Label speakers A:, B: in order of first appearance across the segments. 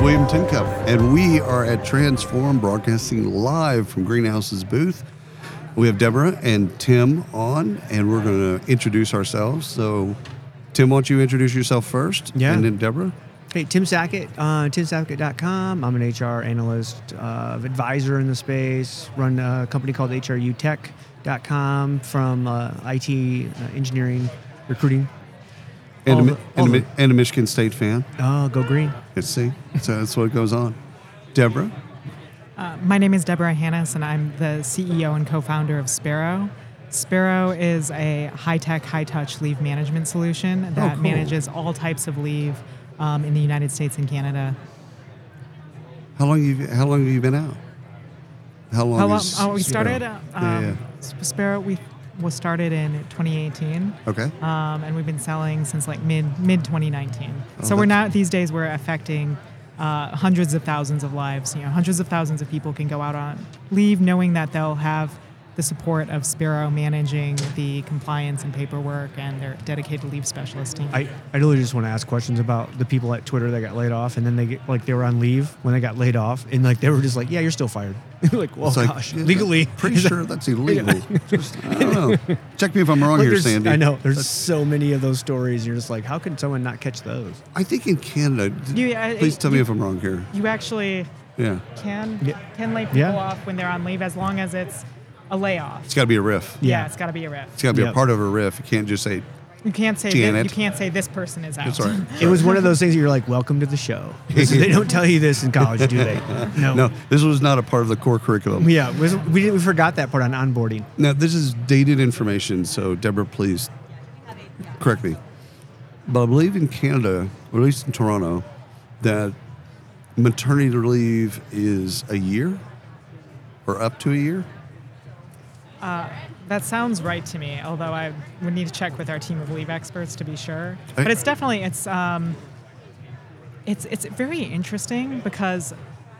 A: William Tincup, and we are at Transform broadcasting live from Greenhouse's booth. We have Deborah and Tim on, and we're going to introduce ourselves. So, Tim, why don't you introduce yourself first?
B: Yeah.
A: And then Deborah?
B: Hey, Tim Sackett, uh, timsackett.com. I'm an HR analyst, uh, advisor in the space, run a company called HRUtech.com from uh, IT uh, engineering recruiting.
A: And,
B: All
A: a,
B: the-
A: Mi- and,
B: all
A: a, Mi-
B: the-
A: and a Michigan State fan.
B: Oh, go green.
A: Let's see. So, that's what goes on. Deborah?
C: Uh, my name is Deborah Hannes, and I'm the CEO and co founder of Sparrow. Sparrow is a high tech, high touch leave management solution that
A: Oh, cool.
C: manages all types of leave um, in the United States and Canada.
A: How long you how long have you been out? How long?
C: How long,
A: is
C: oh, we
A: Sparrow?
C: started, uh,
A: Yeah,
C: um, S- Sparrow, we was started in 2018.
A: yeah. Okay.
C: um, and we've been selling since like mid mid 2019.
A: Oh,
C: so we're
A: that's-
C: not these days we're affecting uh, hundreds of thousands of lives. You know, hundreds of thousands of people can go out on leave knowing that they'll have the support of Sparrow managing the compliance and paperwork and their dedicated leave specialist team.
B: I, I really just want to ask questions about the people at Twitter that got laid off, and then they get like they were on leave when they got laid off, and like they were just like, yeah, you're still fired. like, well,
A: It's like,
B: Oh, gosh,
A: yeah,
B: legally,
A: Pretty sure that's illegal. Just, I don't know. Check me if I'm wrong
B: Like,
A: here,
B: there's-
A: Sandy.
B: I know there's
A: That's-
B: so many of those stories. You're just like, how can someone not catch those?
A: I think in Canada.
C: You- I-
A: please tell me
C: you-
A: if I'm wrong here.
C: you actually
A: Yeah,
C: can
B: Yeah.
C: can lay people
B: Yeah.
C: off when they're on leave as long as it's a layoff.
A: it's got to be a riff.
B: Yeah.
C: Yeah, it's got to be a riff.
A: It's got to be
B: Yeah.
A: a part of a riff. You can't just say
C: You can't say
A: Janet.
C: that, you can't say this person is out.
A: it's all right.
B: It was one of those things that you're like, welcome to the show. This- they don't tell you this in college, do they? No.
A: No, this was not a part of the core curriculum.
B: Yeah, was, we, did, we forgot that part on onboarding.
A: Now this is dated information, so Deborah, please correct me. But I believe in Canada, or at least in Toronto, that maternity leave is a year or up to a year.
C: That sounds right to me, although I would need to check with our team of leave experts to be sure.
A: I-
C: But it's definitely it's um, it's it's very interesting because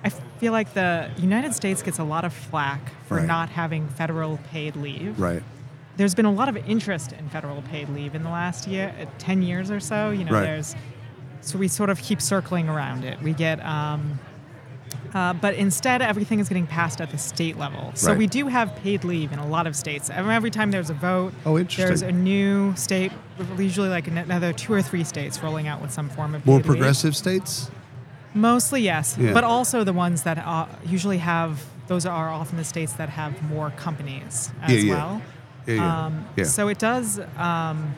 C: I feel like the United States gets a lot of flack for
A: Right.
C: not having federal paid leave.
A: Right.
C: There's been a lot of interest in federal paid leave in the last year, uh, ten years or so. You know,
A: Right.
C: there's so we sort of keep circling around it. We get. Um, uh, but instead, everything is getting passed at the state level. So
A: Right.
C: we do have paid leave in a lot of states. Every, every time there's a vote,
A: Oh, interesting.
C: there's a new state, usually like an- another two or three states rolling out with some form of
A: More
C: paid leave.
A: progressive states.
C: Mostly yes,
A: Yeah.
C: but also the ones that uh, usually have those are often the states that have more companies as
A: Yeah, yeah.
C: well.
A: Yeah, yeah.
C: Um,
A: yeah.
C: So it does, um,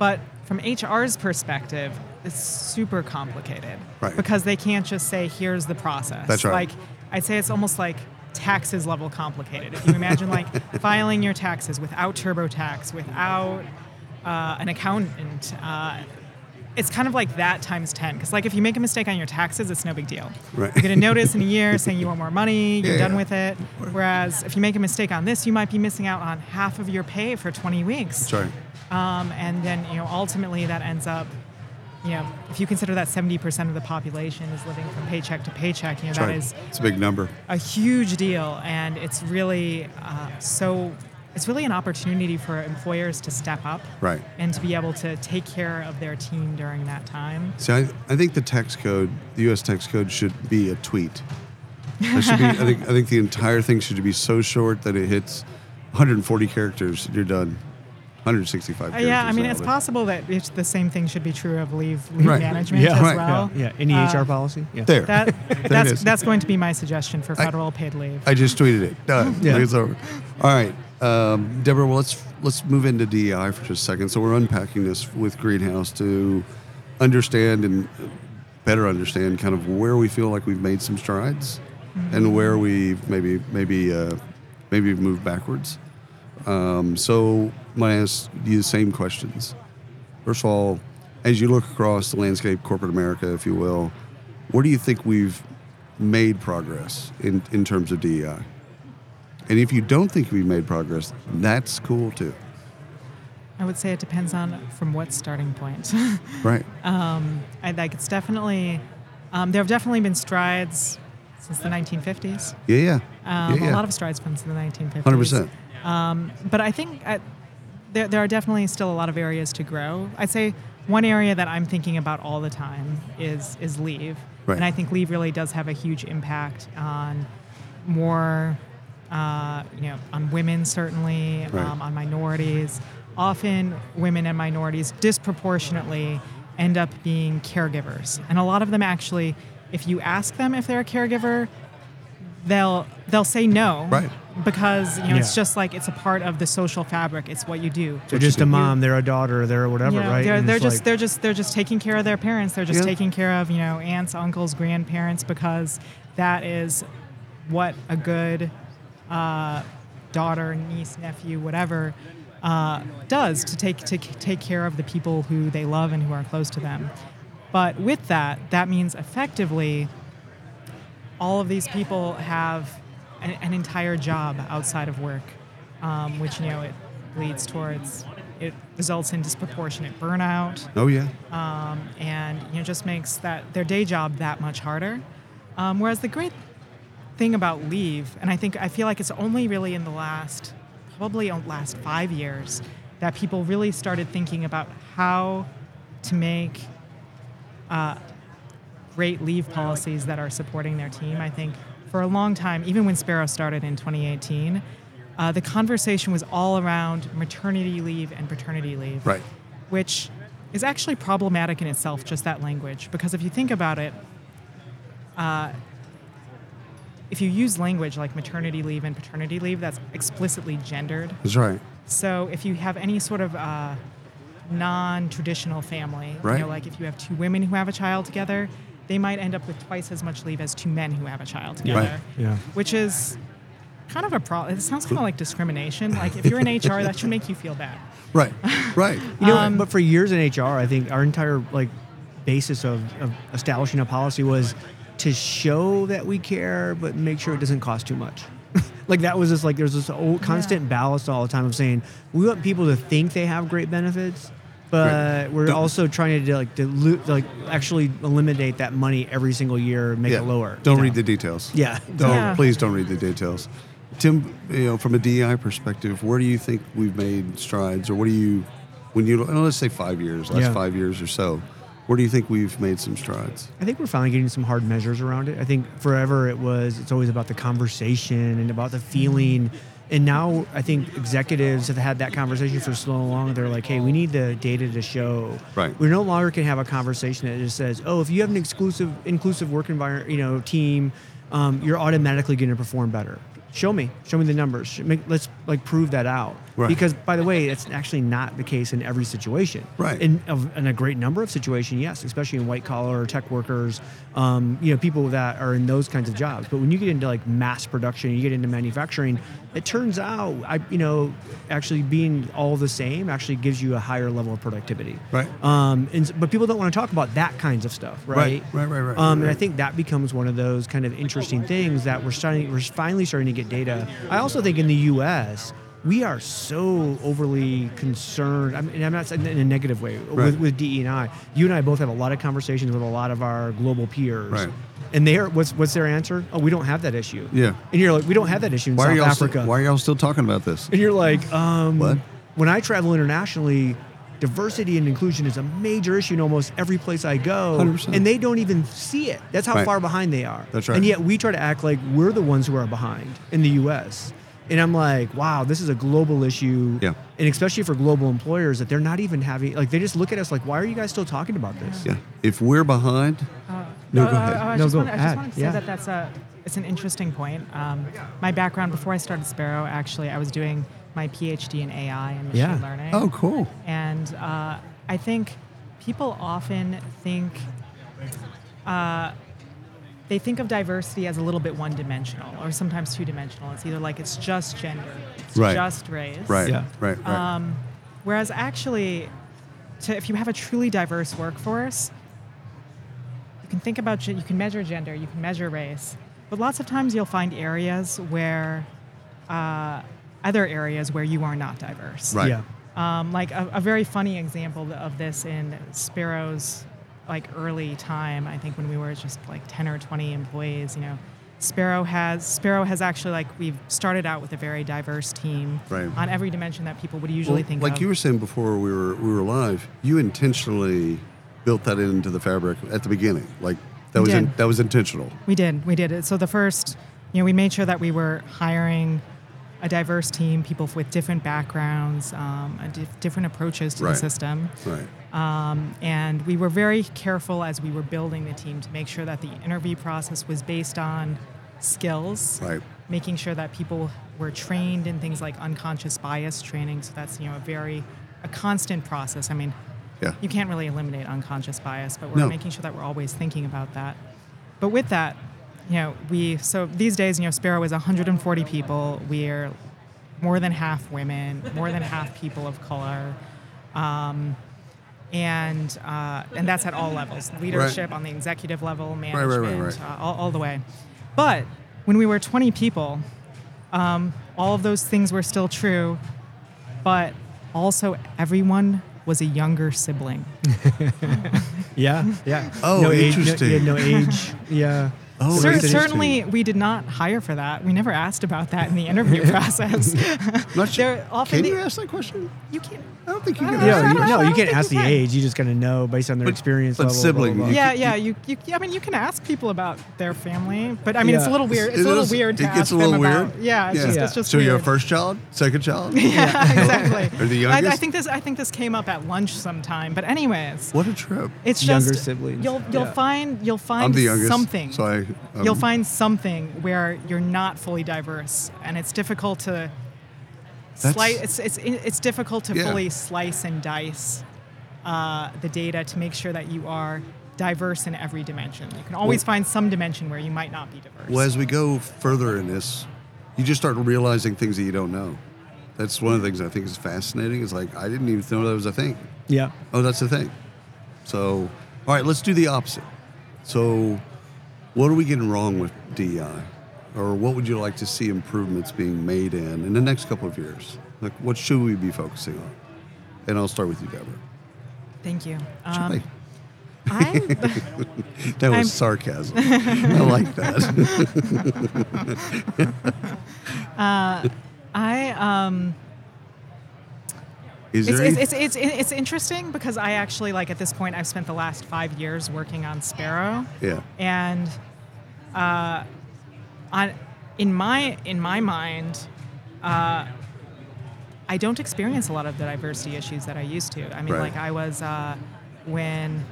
C: but from HR's perspective, it's super complicated
A: Right.
C: because they can't just say, "Here's the process."
A: That's right.
C: Like I'd say it's almost like taxes level complicated. If you imagine like filing your taxes without TurboTax, without uh, an accountant. Uh, it's kind of like that times 10 because like if you make a mistake on your taxes it's no big deal
A: Right.
C: you get a notice in a year saying you want more money you're
A: Yeah,
C: done
A: yeah.
C: with it whereas if you make a mistake on this you might be missing out on half of your pay for 20 weeks
A: Sorry.
C: um, and then you know ultimately that ends up you know if you consider that 70% of the population is living from paycheck to paycheck you know that
A: Sorry.
C: is
A: It's a big number.
C: a huge deal and it's really uh, so it's really an opportunity for employers to step up
A: Right.
C: and to be able to take care of their team during that time
A: See, I, I think the tax code, the U.S. tax code, should be a tweet. That should be. I think. I think the entire thing should be so short that it hits 140 characters. You're done. 165.
C: Uh,
A: Characters
C: yeah, I mean,
A: now,
C: it's
A: but-
C: possible that it's the same thing should be true of leave, leave
A: Right.
C: management
B: Yeah,
C: as
A: right,
C: well.
B: Yeah, any
C: Uh,
B: HR policy? Yeah.
A: There.
C: That,
A: There it
C: that's,
A: is.
C: that's going to be my suggestion for
A: I-
C: federal paid leave.
A: I just tweeted it. Done.
B: Yeah.
A: It's over. All right, um, Deborah. Well, let's let's move into DEI for just a second. So we're unpacking this with Greenhouse to understand and better understand kind of where we feel like we've made some strides and where we've maybe maybe uh, maybe moved backwards. Um, so I'm going to ask you the same questions. First of all, as you look across the landscape, corporate America, if you will, where do you think we've made progress in, in terms of E DEI? And if you don't think we've made progress, that's cool too,
C: I would say it depends on from what starting point.
A: right?
C: um, I like it's definitely um, there have definitely been strides since the 1950s.
A: yeah, yeah,
B: Uh,
C: Um,
A: yeah, yeah.
C: A lot of strides from the 1950s.
A: 100%.
C: Um, but I think uh there, there are definitely still a lot of areas to grow. I'd say one area that I'm thinking about all the time is is leave,
A: Right.
C: and I think leave really does have a huge impact on more, uh, you know, on women certainly,
A: Right.
C: um, on minorities. Often, women and minorities disproportionately end up being caregivers, and a lot of them actually, if you ask them if they're a caregiver, they'll they'll say no,
A: Right.
C: Because you know, it's
B: Yeah.
C: just like it's a part of the social fabric. It's what you do.
B: They're just
A: you
B: a
A: do.
B: mom. They're a daughter. They're whatever,
C: Yeah,
B: right?
C: They're,
B: And
C: they're
B: it's
C: just
B: like-
C: they're just they're just taking care of their parents. They're just
A: Yeah.
C: taking care of you know aunts, uncles, grandparents because that is what a good uh, daughter, niece, nephew, whatever uh, does to take to c- take care of the people who they love and who are close to them. But with that, that means effectively all of these people have an, an entire job outside of work, um, which you know it leads towards. It results in disproportionate burnout,
A: Oh yeah.
B: Uh,
C: um, and you know just makes that their day job that much harder. Um, whereas the great thing about leave, and I think I feel like it's only really in the last probably on- last five years that people really started thinking about how to make uh, great leave policies that are supporting their team. I think for a long time, even when Sparrow started in 2018. Uh, the conversation was all around maternity leave and paternity leave
A: Right.
C: which is actually problematic in itself, just that language. Because if you think about it, uh, if you use language like maternity leave and paternity leave, that's explicitly gendered.
A: That's right.
C: So if you have any sort of uh, non-traditional family, you
A: Right.
C: know, like if you have two women who have a child together, they might end up with twice as much leave as two men who have a child together
A: Right.
B: yeah.
C: which is kind of a problem. It sounds kind of like discrimination. Like if you're in HR, that should make you feel bad.
A: Right. Right.
B: You know, but for years in HR, I think our entire like basis of, of establishing a policy was to show that we care, but make sure it doesn't cost too much. like that was just like there's this old constant ballast all the time of saying we want people to think they have great benefits, but we're
A: Don't-
B: also trying to like dilute, like actually eliminate that money every single year, and make
A: yeah.
B: it lower.
A: Don't
B: you
A: read
B: know?
A: the details.
B: Yeah.
A: Don't
C: Yeah.
A: please don't read the details. Tim, you know, from a DEI perspective, where do you think we've made strides, or what do you, when you and let's say five years, last
B: Yeah.
A: five years or so, where do you think we've made some strides?
B: I think we're finally getting some hard measures around it. I think forever it was it's always about the conversation and about the feeling. And now I think executives have had that conversation for so long. They're like, hey, we need the data to show.
A: Right.
B: We no longer can have a conversation that just says, oh, if you have an exclusive, inclusive work environment, you know, team, um, you're automatically going to perform better. Show me, show me the numbers. Sh- Make, let's like prove that out.
A: Right.
B: Because by the way, that's actually not the case in every situation.
A: Right.
B: In of, in a great number of situations, yes, especially in white collar tech workers, um, you know, people that are in those kinds of jobs. But when you get into like mass production, you get into manufacturing, it turns out, I, you know, actually being all the same actually gives you a higher level of productivity.
A: Right.
B: Um, and s- but people don't want to talk about that kinds of stuff, right?
A: Right, right, right, right,
B: Um, and I
A: right.
B: think that becomes one of those kind of interesting things that we're starting. We're finally starting to get data. I also think in the U.S. we are so overly concerned. I mean, and I'm not saying in a negative way
A: Right.
B: with, with DE and I. You and I both have a lot of conversations with a lot of our global peers.
A: Right.
B: And they are what's what's their answer? Oh, we don't have that issue.
A: Yeah.
B: And you're like, we don't have that issue in
A: Why are
B: South
A: y'all?
B: Africa.
A: Still, why are y'all still talking about this?
B: And you're like, um,
A: What?
B: when I travel internationally, diversity and inclusion is a major issue in almost every place I go.
A: 100%.
B: And they don't even see it. That's how
A: Right.
B: far behind they are.
A: That's right.
B: And yet we try to act like we're the ones who are behind in the US. And I'm like, wow, this is a global issue.
A: Yeah.
B: And especially for global employers that they're not even having, like, they just look at us like, why are you guys still talking about this?
A: Yeah. If we're behind, no,
C: Oh,
A: go
C: oh,
A: ahead.
C: oh, I,
B: No,
C: just
B: go
C: wanted, I just
B: ahead.
C: wanted to say
B: Yeah.
C: that that's a it's an interesting point. Um, my background before I started Sparrow, actually, I was doing my PhD in AI and machine
B: Yeah.
C: learning.
A: Oh, cool.
C: and uh, I think people often think uh, they think of diversity as a little bit one-dimensional or sometimes two-dimensional. It's either like it's just gender, it's
A: Right.
C: just race,
A: Right.
B: Yeah.
A: Right. Right.
C: Um, whereas actually, to, if you have a truly diverse workforce, you can think about gen- you can measure gender, you can measure race, but lots of times you'll find areas where uh, other areas where you are not diverse.
A: Right.
B: Yeah.
C: Um, like a, a very funny example of this in Sparrow's like early time, I think when we were just like 10 or 20 employees, you know, Sparrow has Sparrow has actually like we've started out with a very diverse team
A: Right.
C: on every dimension that people would usually
A: Well,
C: think
A: like
C: of.
A: you were saying before we were we were live, you intentionally built that into the fabric at the beginning. Like that
C: We
A: was in,
C: did.
A: that was intentional.
C: We did. We did. So the first, you know, we made sure that we were hiring a diverse team, people with different backgrounds, um, a dif- different approaches to
A: Right.
C: the system.
A: Right.
C: Um, and we were very careful as we were building the team to make sure that the interview process was based on skills,
A: Right.
C: making sure that people were trained in things like unconscious bias training. So that's, you know, a very, a constant process. I mean,
A: Yeah.
C: you can't really eliminate unconscious bias, but we're
A: No.
C: making sure that we're always thinking about that. But with that, you know, we so these days, you know, Sparrow is 140 people. We're more than half women, more than half people of color, um, and uh, and that's at all levels: leadership on the executive level,
A: right,
C: management,
A: right, right.
C: Uh, all, all the way. But when we were 20 people, um, all of those things were still true, but also everyone was a younger sibling.
B: Yeah, yeah.
A: Oh,
B: Age,
A: interesting.
B: no, you had no age. Yeah.
A: Oh,
C: Cer-
A: interesting.
C: certainly, we did not hire for that. We never asked about that in the interview process.
A: Not sure.
C: They're often
A: Can
C: the-
A: you ask that question?
C: you can't.
A: I don't think you
C: I
A: can.
C: don't
A: ask that
C: know.
B: Yeah, you,
A: question.
B: no,
C: I
B: you
C: don't
B: can't
C: think
B: ask
C: you
B: the
C: can.
B: age. You just gotta know based on their
A: But-
B: experience
A: but
B: level. blah, blah,
A: sibling,
B: blah.
A: you
C: Yeah, yeah. You, you, I mean, you can ask people about their family, but I mean, it's a
B: Yeah.
C: little weird. It's
A: It
C: a little
A: is-
C: weird. To
A: It gets
C: ask
A: a little
C: them
A: weird.
C: About, yeah, it's just,
B: Yeah.
C: it's just
A: so
C: weird.
A: you're a first child, second child.
C: Yeah, exactly.
A: Or the
C: I- I,
A: youngest?
C: think this. I think this came up at lunch sometime. But anyways,
A: What a trip!
C: it's just
B: Younger siblings.
C: You'll you'll
B: Yeah.
C: find you'll find
A: I'm the youngest.
C: something.
A: So I. um,
C: you'll find something where you're not fully diverse, and it's difficult to slice. It's, it's it's difficult to
A: Yeah.
C: fully slice and dice uh, the data to make sure that you are diverse in every dimension. You can always
A: Well-
C: find some dimension where you might not be diverse.
A: Well, as we go further in this, you just start realizing things that you don't know. That's one of the things I think is fascinating. Is like I didn't even know that was a thing.
B: Yeah.
A: Oh, that's the thing. So, all right, let's do the opposite. So, what are we getting wrong with DEI, or what would you like to see improvements being made in in the next couple of years? Like, what should we be focusing on? And I'll start with you, Deborah.
C: Thank you.
A: Charlie.
C: Um, I
A: that was
C: I'm-
A: sarcasm. I like that.
C: I um.
A: Is
C: It's,
A: there
C: it's,
A: any?
C: it's, it's, it's interesting because I actually like at this point I've spent the last five years working on Sparrow.
A: yeah.
C: and uh, on, in my in my mind, uh, I don't experience a lot of the diversity issues that I used to. I mean,
A: Right.
C: like I was uh, when,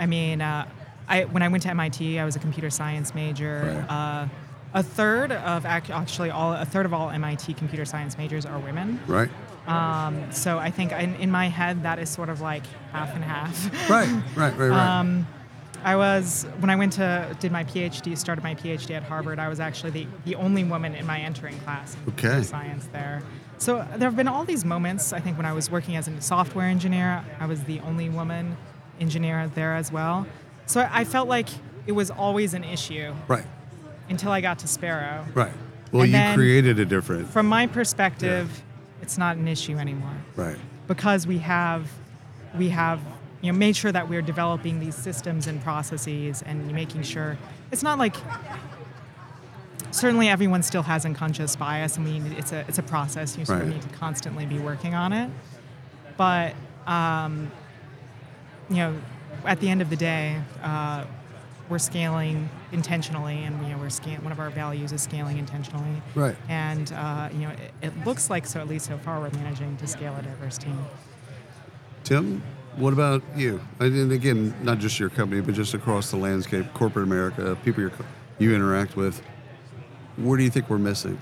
C: I mean, uh, I when I went to MIT, I was a computer science major.
A: Right.
C: Uh, a third of ac- actually all a third of all MIT computer science majors are women.
A: Right.
C: Um, so I think in, in my head that is sort of like half and half.
A: Right. Right. Right. Right.
C: Um, I was when I went to did my PhD, started my PhD at Harvard. I was actually the, the only woman in my entering class in computer
A: Okay.
C: science there. So there have been all these moments. I think when I was working as a software engineer, I was the only woman engineer there as well. So I, I felt like it was always an issue
A: right.
C: until I got to Sparrow.
A: Right. Well,
C: And
A: you
C: then-
A: created a different.
C: From my perspective, it's not an issue anymore
A: Right.
C: because we have we have you know made sure that we're developing these systems and processes and making sure it's not like certainly everyone still has unconscious bias and we need, it's a it's a process you sort of
A: Right.
C: need to constantly be working on it but um, you know at the end of the day uh, we're scaling intentionally and you know we're scal- one of our values is scaling intentionally
A: Right.
C: and uh, you know it, it looks like so at least so far we're managing to scale a diverse team
A: Tim, what about you? And then again, not just your company, but just across the landscape, corporate America, people you're, you interact with. Where do you think we're missing?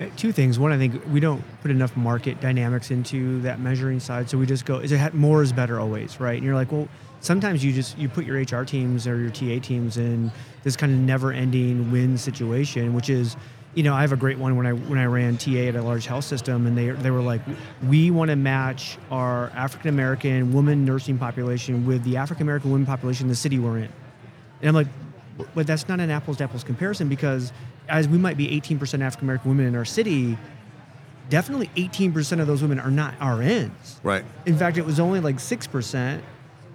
B: Uh, Two things. One, I think we don't put enough market dynamics into that measuring side, so we just go, "Is it ha- more is better always?" Right? And you're like, well, sometimes you just you put your HR teams or your TA teams in this kind of never-ending win situation, which is, you know, I have a great one when I when I ran TA at a large health system, and they they were like, "We want to match our African American woman nursing population with the African American women population in the city we're in." And I'm like, "But- but that's not an apples to apples comparison because as we might be 18% African American women in our city, definitely 18% of those women are not RNs.
A: Right.
B: In fact, it was only like 6%,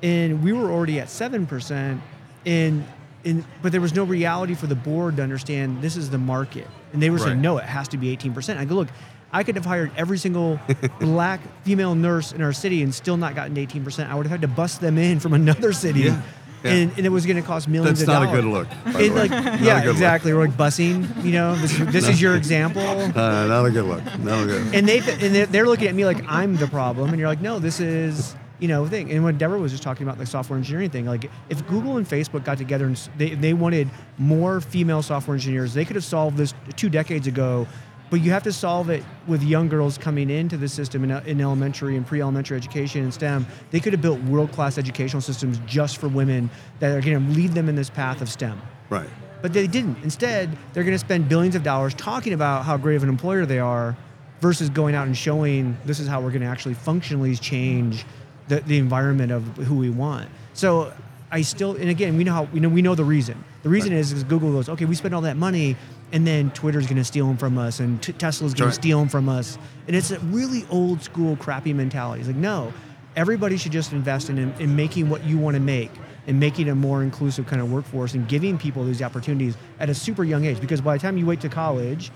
B: and we were already at 7%. And in, but there was no reality for the board to understand this is the market, and they were
A: Right.
B: saying no, it has to be eighteen percent. I go look. I could have hired every single black female nurse in our city and still not gotten 18%. I would have had to bust them in from another city.
A: Yeah, yeah.
B: And, and it was going to cost millions
A: That's
B: of
A: not a
B: dollars.
A: good look. By the
B: It,
A: way.
B: like,
A: Not a
B: yeah,
A: good look.
B: exactly. We're like busing, you know, this, this is your example.
A: Uh, not a good look. Not a good.
B: And they and they're- they're looking at me like I'm the problem, and you're like, no, this is you know thing. And what Deborah was just talking about, the software engineering thing, like if Google and Facebook got together and s- they they wanted more female software engineers, they could have solved this two decades ago. But you have to solve it with young girls coming into the system in, in elementary and pre-elementary education and STEM. They could have built world-class educational systems just for women that are going to lead them in this path of STEM.
A: Right.
B: But they didn't. Instead, they're going to spend billions of dollars talking about how great of an employer they are versus going out and showing this is how we're going to actually functionally change the, the environment of who we want. So I still, and again, we know how, we know, we know the reason. The reason
A: Right.
B: is, is Google goes, okay, we spend all that money and then Twitter's going to steal them from us and t- Tesla's going
A: Right.
B: to steal them from us. And it's a really old school crappy mentality. It's like, no, everybody should just invest in, in making what you want to make and making a more inclusive kind of workforce and giving people these opportunities at a super young age. Because by the time you wait to college,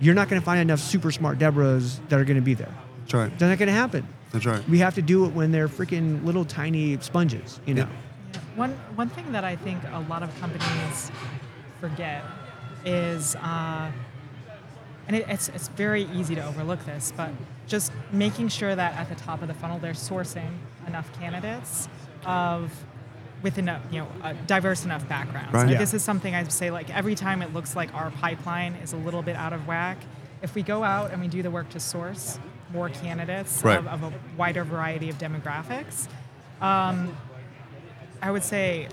B: you're not going to find enough super smart Deborahs that are going to be there.
A: That's right.
B: That's not going to happen.
A: That's right.
B: We have to do it when they're freaking little tiny sponges, you know?
A: Yeah.
C: One one thing that I think a lot of companies forget is, uh, and it, it's it's very easy to overlook this, but just making sure that at the top of the funnel they're sourcing enough candidates of with enough you know uh, diverse enough backgrounds.
A: Right.
C: Like,
A: Yeah.
C: This is something I say like every time it looks like our pipeline is a little bit out of whack. If we go out and we do the work to source more candidates
A: Right.
C: of, of a wider variety of demographics. Um, I would say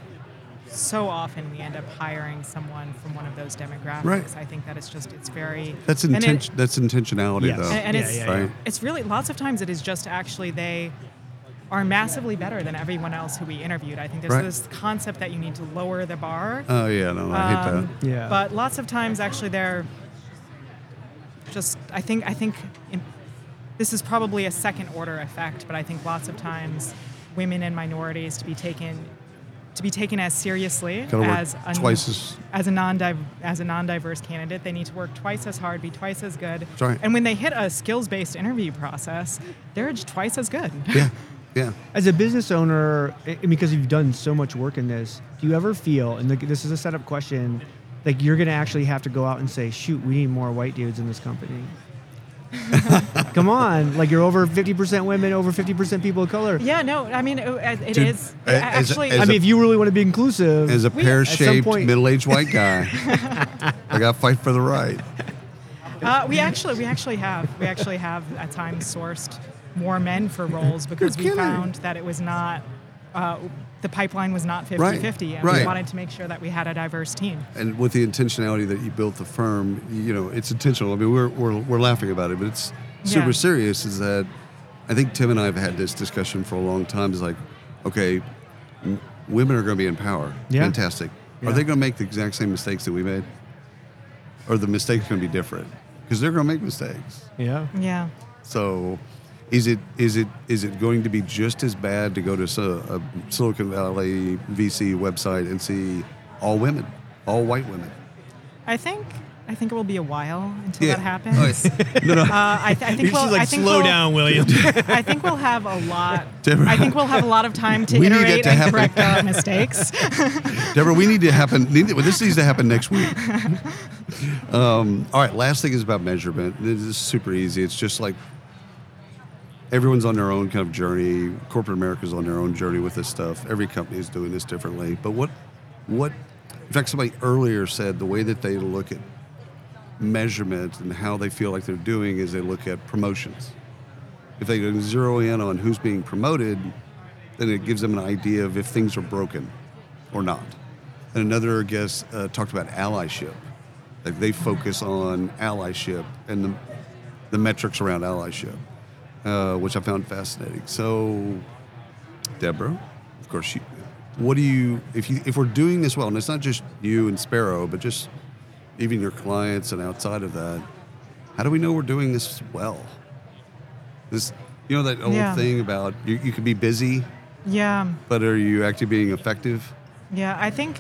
C: so often we end up hiring someone from one of those demographics.
A: Right.
C: I think that it's just it's very
A: That's
C: and it-
A: intention. That's intentionality,
B: Yes.
A: though.
C: And, and
B: Yeah,
C: it's
B: yeah,
A: yeah. Right.
C: it's really lots of times it is just actually they are massively better than everyone else who we interviewed. I think there's
A: Right.
C: this concept that you need to lower the bar.
A: oh yeah, no, I hate
C: Um,
A: that.
B: Yeah.
C: But lots of times, actually, they're just. I think. I think. In, this is probably a second order effect, but I think lots of times, women and minorities to be taken to be taken as seriously
A: Gotta work
C: as a,
A: twice as-
C: as a non as a non diverse candidate. They need to work twice as hard, be twice as good.
A: That's right.
C: And when they hit a skills based interview process, they're just twice as good.
A: Yeah, yeah.
B: As a business owner, I- I- because you've done so much work in this, do you ever feel, and like, this is a setup question, like you're going to actually have to go out and say, shoot, we need more white dudes in this company? Come on, like you're over 50% women, over 50% people of color.
C: Yeah. No. I mean, it, it
A: Dude,
C: is
A: a- as a-
C: actually.
A: as
B: I mean, if you really want to be inclusive,
A: As a
C: We- at some
A: pear-shaped
B: point-
A: middle-aged white guy, I got to fight for the right.
C: Uh, we actually, we actually have, we actually have at times sourced more men for roles because we
A: kidding.
C: found that it was not, uh, the pipeline was not 50-50, and we
A: right.
C: wanted to make sure that we had a diverse team.
A: and with the intentionality that you built the firm, you know, it's intentional. I mean, we're we're, we're laughing about it, but it's super
C: Yeah.
A: serious. Is that I think Tim and I have had this discussion for a long time. Is like, okay, w- women are going to be in power.
B: Yeah.
A: Fantastic. Are
B: Yeah.
A: they going to make the exact same mistakes that we made, or the mistakes going to be different? Because they're going to make mistakes.
B: yeah.
C: Yeah.
A: So, is it is it is it going to be just as bad to go to so, a Silicon Valley VC website and see all women, all white women?
C: I think, I think it will be a while until
A: Yeah.
C: that happens.
A: Oh, No, no.
C: Uh, I, th- I think we'll, I think we'll,
B: William.
C: I think we'll have a lot.
A: Deborah.
C: I think we'll have a lot of time to
A: We need that
C: iterate
A: to
C: and
A: happen.
C: correct our mistakes.
A: Deborah, we need to happen. Need, well, this needs to happen next week. Um, all right. Last thing is about measurement. This is super easy. It's just like everyone's on their own kind of journey. Corporate America's on their own journey with this stuff. Every company is doing this differently. But what, what? In fact, somebody earlier said the way that they look at measurement and how they feel like they're doing is they look at promotions. If they can zero in on who's being promoted, then it gives them an idea of if things are broken or not. And another guest uh, talked about allyship. Like they focus on allyship and the, the metrics around allyship, uh, which I found fascinating. So, Deborah, of course, you, what do you if you if we're doing this well, and it's not just you and Sparrow, but just even your clients and outside of that, how do we know we're doing this well? This, you know, that old
C: Yeah.
A: thing about you, you could be busy,
C: yeah.
A: but are you actually being effective?
C: Yeah, I think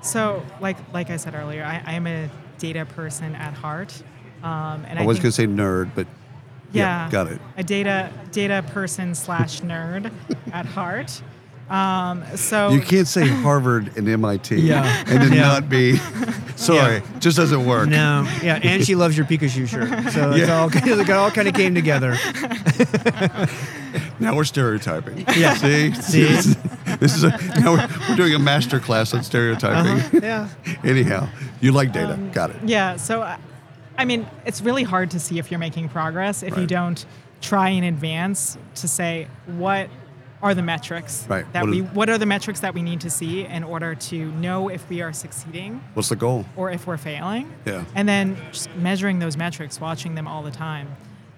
C: So, like like I said earlier, I, I am a data person at heart, um, and
A: I, was
C: think-
A: going to say nerd, but
C: yeah,
A: got it.
C: A data data person slash nerd at heart. Um, so
A: You can't say Harvard and MIT
B: Yeah.
A: and then
B: Yeah.
A: not be. Sorry, just doesn't work.
B: No, yeah, and she loves your Pikachu shirt, so it's all it all kind of came together.
A: Now we're stereotyping.
B: Yeah.
A: See,
B: See?
A: this is, this is a, now we're, we're doing a master class on stereotyping.
B: Uh-huh. Yeah,
A: Anyhow, you like data, got it.
C: Um, Yeah. So, I- I mean, it's really hard to see if you're making progress if you
A: Right.
C: don't try in advance to say what are the metrics
A: Right.
C: that
A: What are
C: we
A: the-
C: what are the metrics that we need to see in order to know if we are succeeding
A: What's the goal?
C: or if we're failing.
A: Yeah.
C: And then just measuring those metrics, watching them all the time.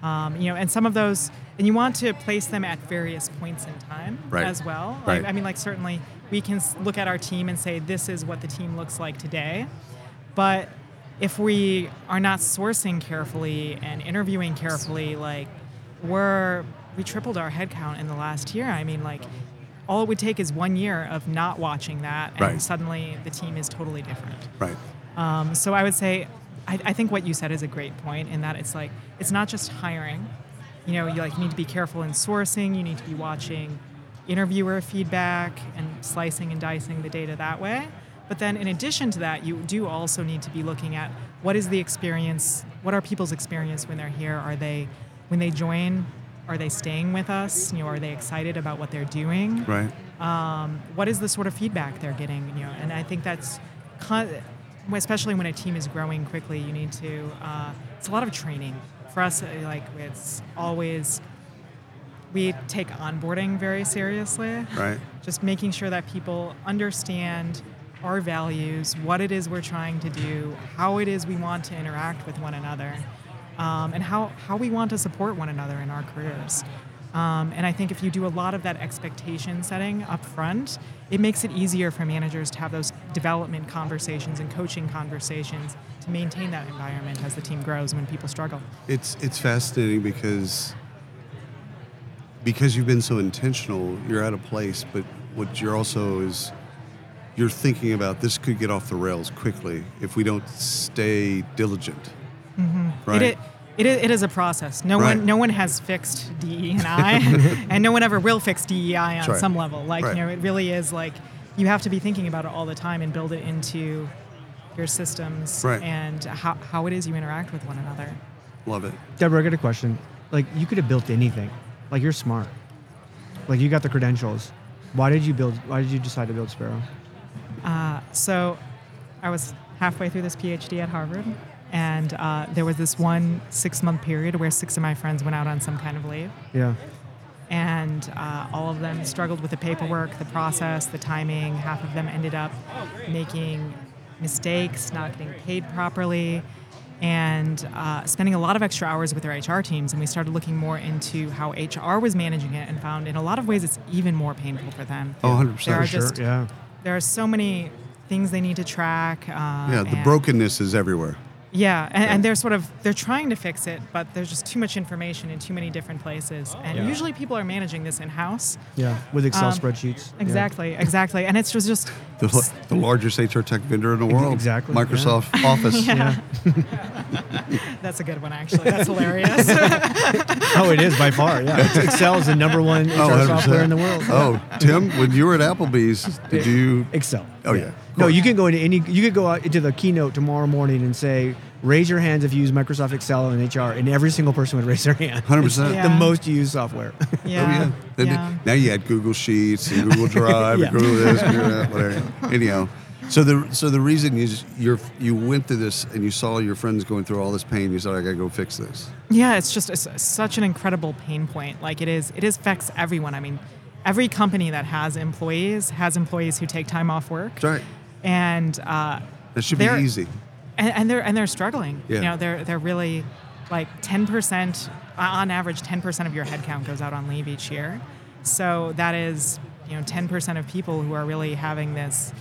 C: Um, you know, and some of those, and you want to place them at various points in time
A: Right.
C: as well.
A: Right.
C: Like, I mean, like certainly we can s- look at our team and say this is what the team looks like today, but if we are not sourcing carefully and interviewing carefully, like we're we tripled our headcount in the last year. I mean, like all it would take is one year of not watching that, and
A: Right.
C: suddenly the team is totally different.
A: Right.
C: Um, so I would say, I, I think what you said is a great point in that it's like it's not just hiring. You know, you like need to be careful in sourcing. You need to be watching interviewer feedback and slicing and dicing the data that way. But then, in addition to that, you do also need to be looking at what is the experience. What are people's experience when they're here? Are they when they join? Are they staying with us? You know, are they excited about what they're doing?
A: Right.
C: um, what is the sort of feedback they're getting you know and i think that's con- especially when a team is growing quickly you need to uh, it's a lot of training for us uh, like it's always we take onboarding very seriously
A: Right.
C: just making sure that people understand our values, what it is we're trying to do, how it is we want to interact with one another, um, and how, how we want to support one another in our careers. Um, and I think if you do a lot of that expectation setting up front, it makes it easier for managers to have those development conversations and coaching conversations to maintain that environment as the team grows when people struggle.
A: It's it's fascinating because because you've been so intentional, you're at a place, but what you're also is you're thinking about this could get off the rails quickly if we don't stay diligent. Right.
C: Mm-hmm. It, i- it, i- it is a process. No
A: Right.
C: one no one has fixed DE and I, and no one ever will fix DEI on
A: right.
C: some level. Like
A: Right.
C: you know, it really is like you have to be thinking about it all the time and build it into your systems
A: Right.
C: and how, how it is you interact with one another.
A: Love it.
B: Deborah, I got a question. Like, you could have built anything. Like, you're smart. Like, you got the credentials. Why did you build? Why did you decide to build Sparrow?
C: Uh, so I was halfway through this PhD at Harvard, and uh, there was this one six month period where six of my friends went out on some kind of leave.
B: Yeah.
C: and uh, all of them struggled with the paperwork, the process, the timing. Half of them ended up making mistakes, not getting paid properly, and uh, spending a lot of extra hours with their HR teams. And we started looking more into how HR was managing it and found in a lot of ways it's even more painful for them.
A: Oh, 100%.
C: There are
A: Sure,
C: just
B: yeah.
C: there are so many things they need to track. Uh,
A: Yeah, the
C: and-
A: brokenness is everywhere.
C: yeah, and, and they're sort of they're trying to fix it, but there's just too much information in too many different places. And
B: Yeah.
C: usually people are managing this in house.
B: Yeah. With Excel
C: Um,
B: spreadsheets. Yeah.
C: Exactly, exactly. And it's just just
A: The, l- the largest HR tech vendor in the world.
B: Exactly, yeah.
A: Microsoft Office.
B: Yeah.
C: that's a good one actually. That's hilarious.
B: oh, it is by far. Yeah. It's- Excel is the number
A: Oh,
B: one HR
A: 100%.
B: software in the world.
A: Oh, Tim, when you were at Applebee's, did you?
B: Excel.
A: Oh, yeah, of
B: No,
A: course.
B: you can go into any. You could go out into the keynote tomorrow morning and say, "Raise your hands if you use Microsoft Excel and HR," and every single person would raise their hand.
A: 100%.
B: The
C: Yeah.
B: most used software.
A: Oh, yeah.
C: yeah.
A: Then
C: yeah.
A: Now you had Google Sheets and Google Drive
B: Yeah.
A: and Google this, Google that, whatever. Anyhow, so the so the reason is you're you went through this and you saw your friends going through all this pain. You said, I gotta go fix this.
C: Yeah, it's just it's such an incredible pain point. Like it is, it is affects everyone. I mean, every company that has employees has employees who take time off work,
A: That's right.
C: and uh,
A: That should be
C: they're-
A: easy.
C: and, and they're and they're struggling.
A: Yeah.
C: You know, they're they're really like ten percent on average. Ten percent of your headcount goes out on leave each year, so that is you know ten percent of people who are really having this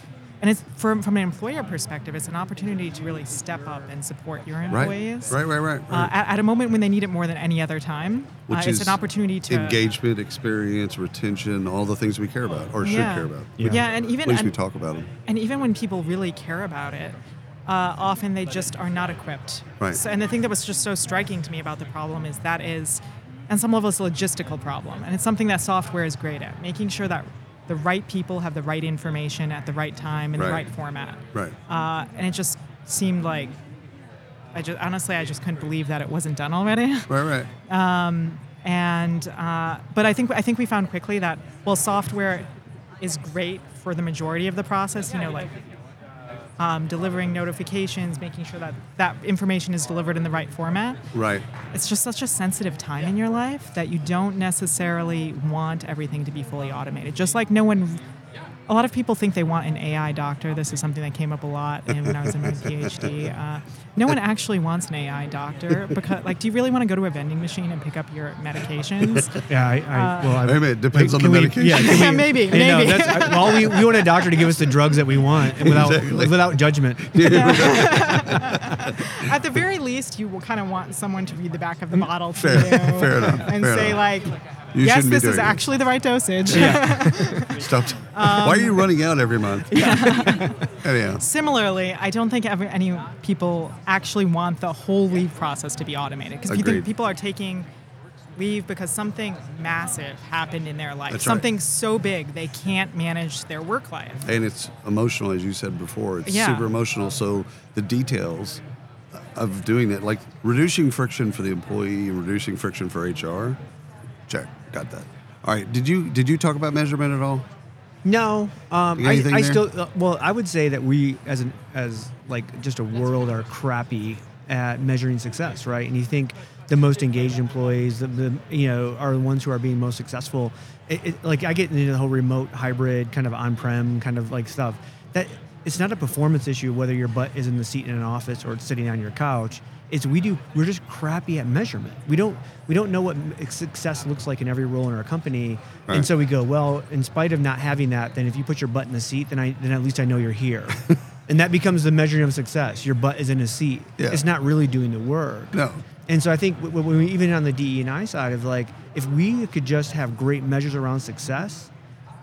C: and it's from, from an employer perspective, it's an opportunity to really step up and support your
A: Right.
C: employees.
A: Right, right, right.
C: Uh,
A: right.
C: at, at a moment when they need it more than any other time,
A: Which
C: uh, it's
A: is
C: an opportunity to
A: Engagement, experience, retention, all the things we care about or should
C: Yeah.
A: care about.
C: Yeah, and even
A: At least
C: and-
A: we talk about them.
C: and even when people really care about it, uh, often they just are not equipped.
A: Right.
C: So, and the thing that was just so striking to me about the problem is that is, on some level, it's a logistical problem, and it's something that software is great at, making sure that the right people have the right information at the right time in the
A: Right.
C: right format.
A: Right.
C: Uh, and it just seemed like, I just honestly, I just couldn't believe that it wasn't done already.
A: Right, right.
C: and uh, but I think I think we found quickly that well, software is great for the majority of the process. You know, like um, delivering notifications, making sure that that information is delivered in the right format.
A: Right.
C: It's just such a sensitive time in your life that you don't necessarily want everything to be fully automated. Just like no one. A lot of people think they want an AI doctor. This is something that came up a lot in- when I was in my PhD. Uh, no one actually wants an AI doctor because, like, do you really want to go to a vending machine and pick up your medications?
B: Yeah, I, I well, I,
A: Wait a minute, it depends on
B: can
A: the
B: we-
A: medication.
B: yeah, can we-
C: Uh, Maybe,
B: you know,
C: maybe.
B: that's- I- well, we, we want a doctor to give us the drugs that we want and without
A: Exactly.
B: without judgment.
C: At the very least, you will kind of want someone to read the back of the bottle to
A: Mm, Fair-
C: you
A: fair enough,
C: and
A: fair
C: say
A: enough.
C: like,
A: You
C: yes,
A: shouldn't be
C: this is
A: doing it."
C: actually the right dosage.
A: Stop.
C: Um,
A: Why are you running out every month? Anyhow.
C: Similarly, I don't think ever, any people actually want the whole leave process to be automated because
A: Agreed.
C: people are taking leave because something massive happened in their life,
A: That's right.
C: something so big they can't manage their work life.
A: and it's emotional as you said before it's
C: Yeah.
A: super emotional so the details of doing that like reducing friction for the employee and reducing friction for hr check got that all right did you did you talk about measurement at all
B: No, um,
A: You got
B: I,
A: anything
B: I
A: there?
B: still uh, well, I would say that we as an as like just a world are crappy at measuring success, right? And you think the most engaged employees, the, the you know, are the ones who are being most successful. It, it, like I get into the whole remote, hybrid, kind of on-prem, kind of like stuff. That it's not a performance issue whether your butt is in the seat in an office or it's sitting on your couch. It's we do we're just crappy at measurement. We don't we don't know what m- success looks like in every role in our company,
A: Right.
B: and so we go well. In spite of not having that, then if you put your butt in the seat, then I then at least I know you're here, and that becomes the measuring of success. Your butt is in a seat.
A: Yeah.
B: It's not really doing the work.
A: No.
B: And so I think w- w- when we, even on the DE and I side of like if we could just have great measures around success,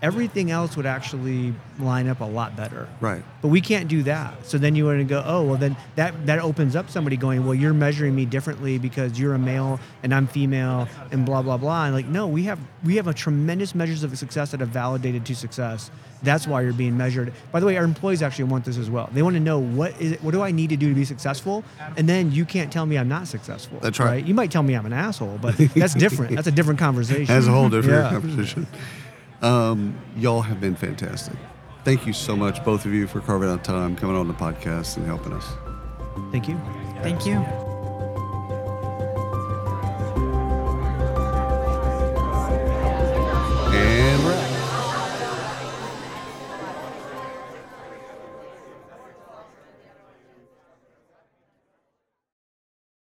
B: everything else would actually line up a lot better.
A: Right.
B: But we can't do that. So then you want to go, oh well, then that that opens up somebody going, well, you're measuring me differently because you're a male and I'm female and blah blah blah. And like, no, we have we have a tremendous measures of success that have validated to success. That's why you're being measured. By the way, our employees actually want this as well. They want to know what is it, what do I need to do to be successful, and then you can't tell me I'm not successful.
A: That's right.
B: You might tell me I'm an asshole, but that's different. that's a different conversation.
A: as a whole different
B: Yeah.
A: conversation um, y'all have been fantastic thank you so much both of you for carving out time coming on the podcast and helping us
B: Thank you.
C: Thank you.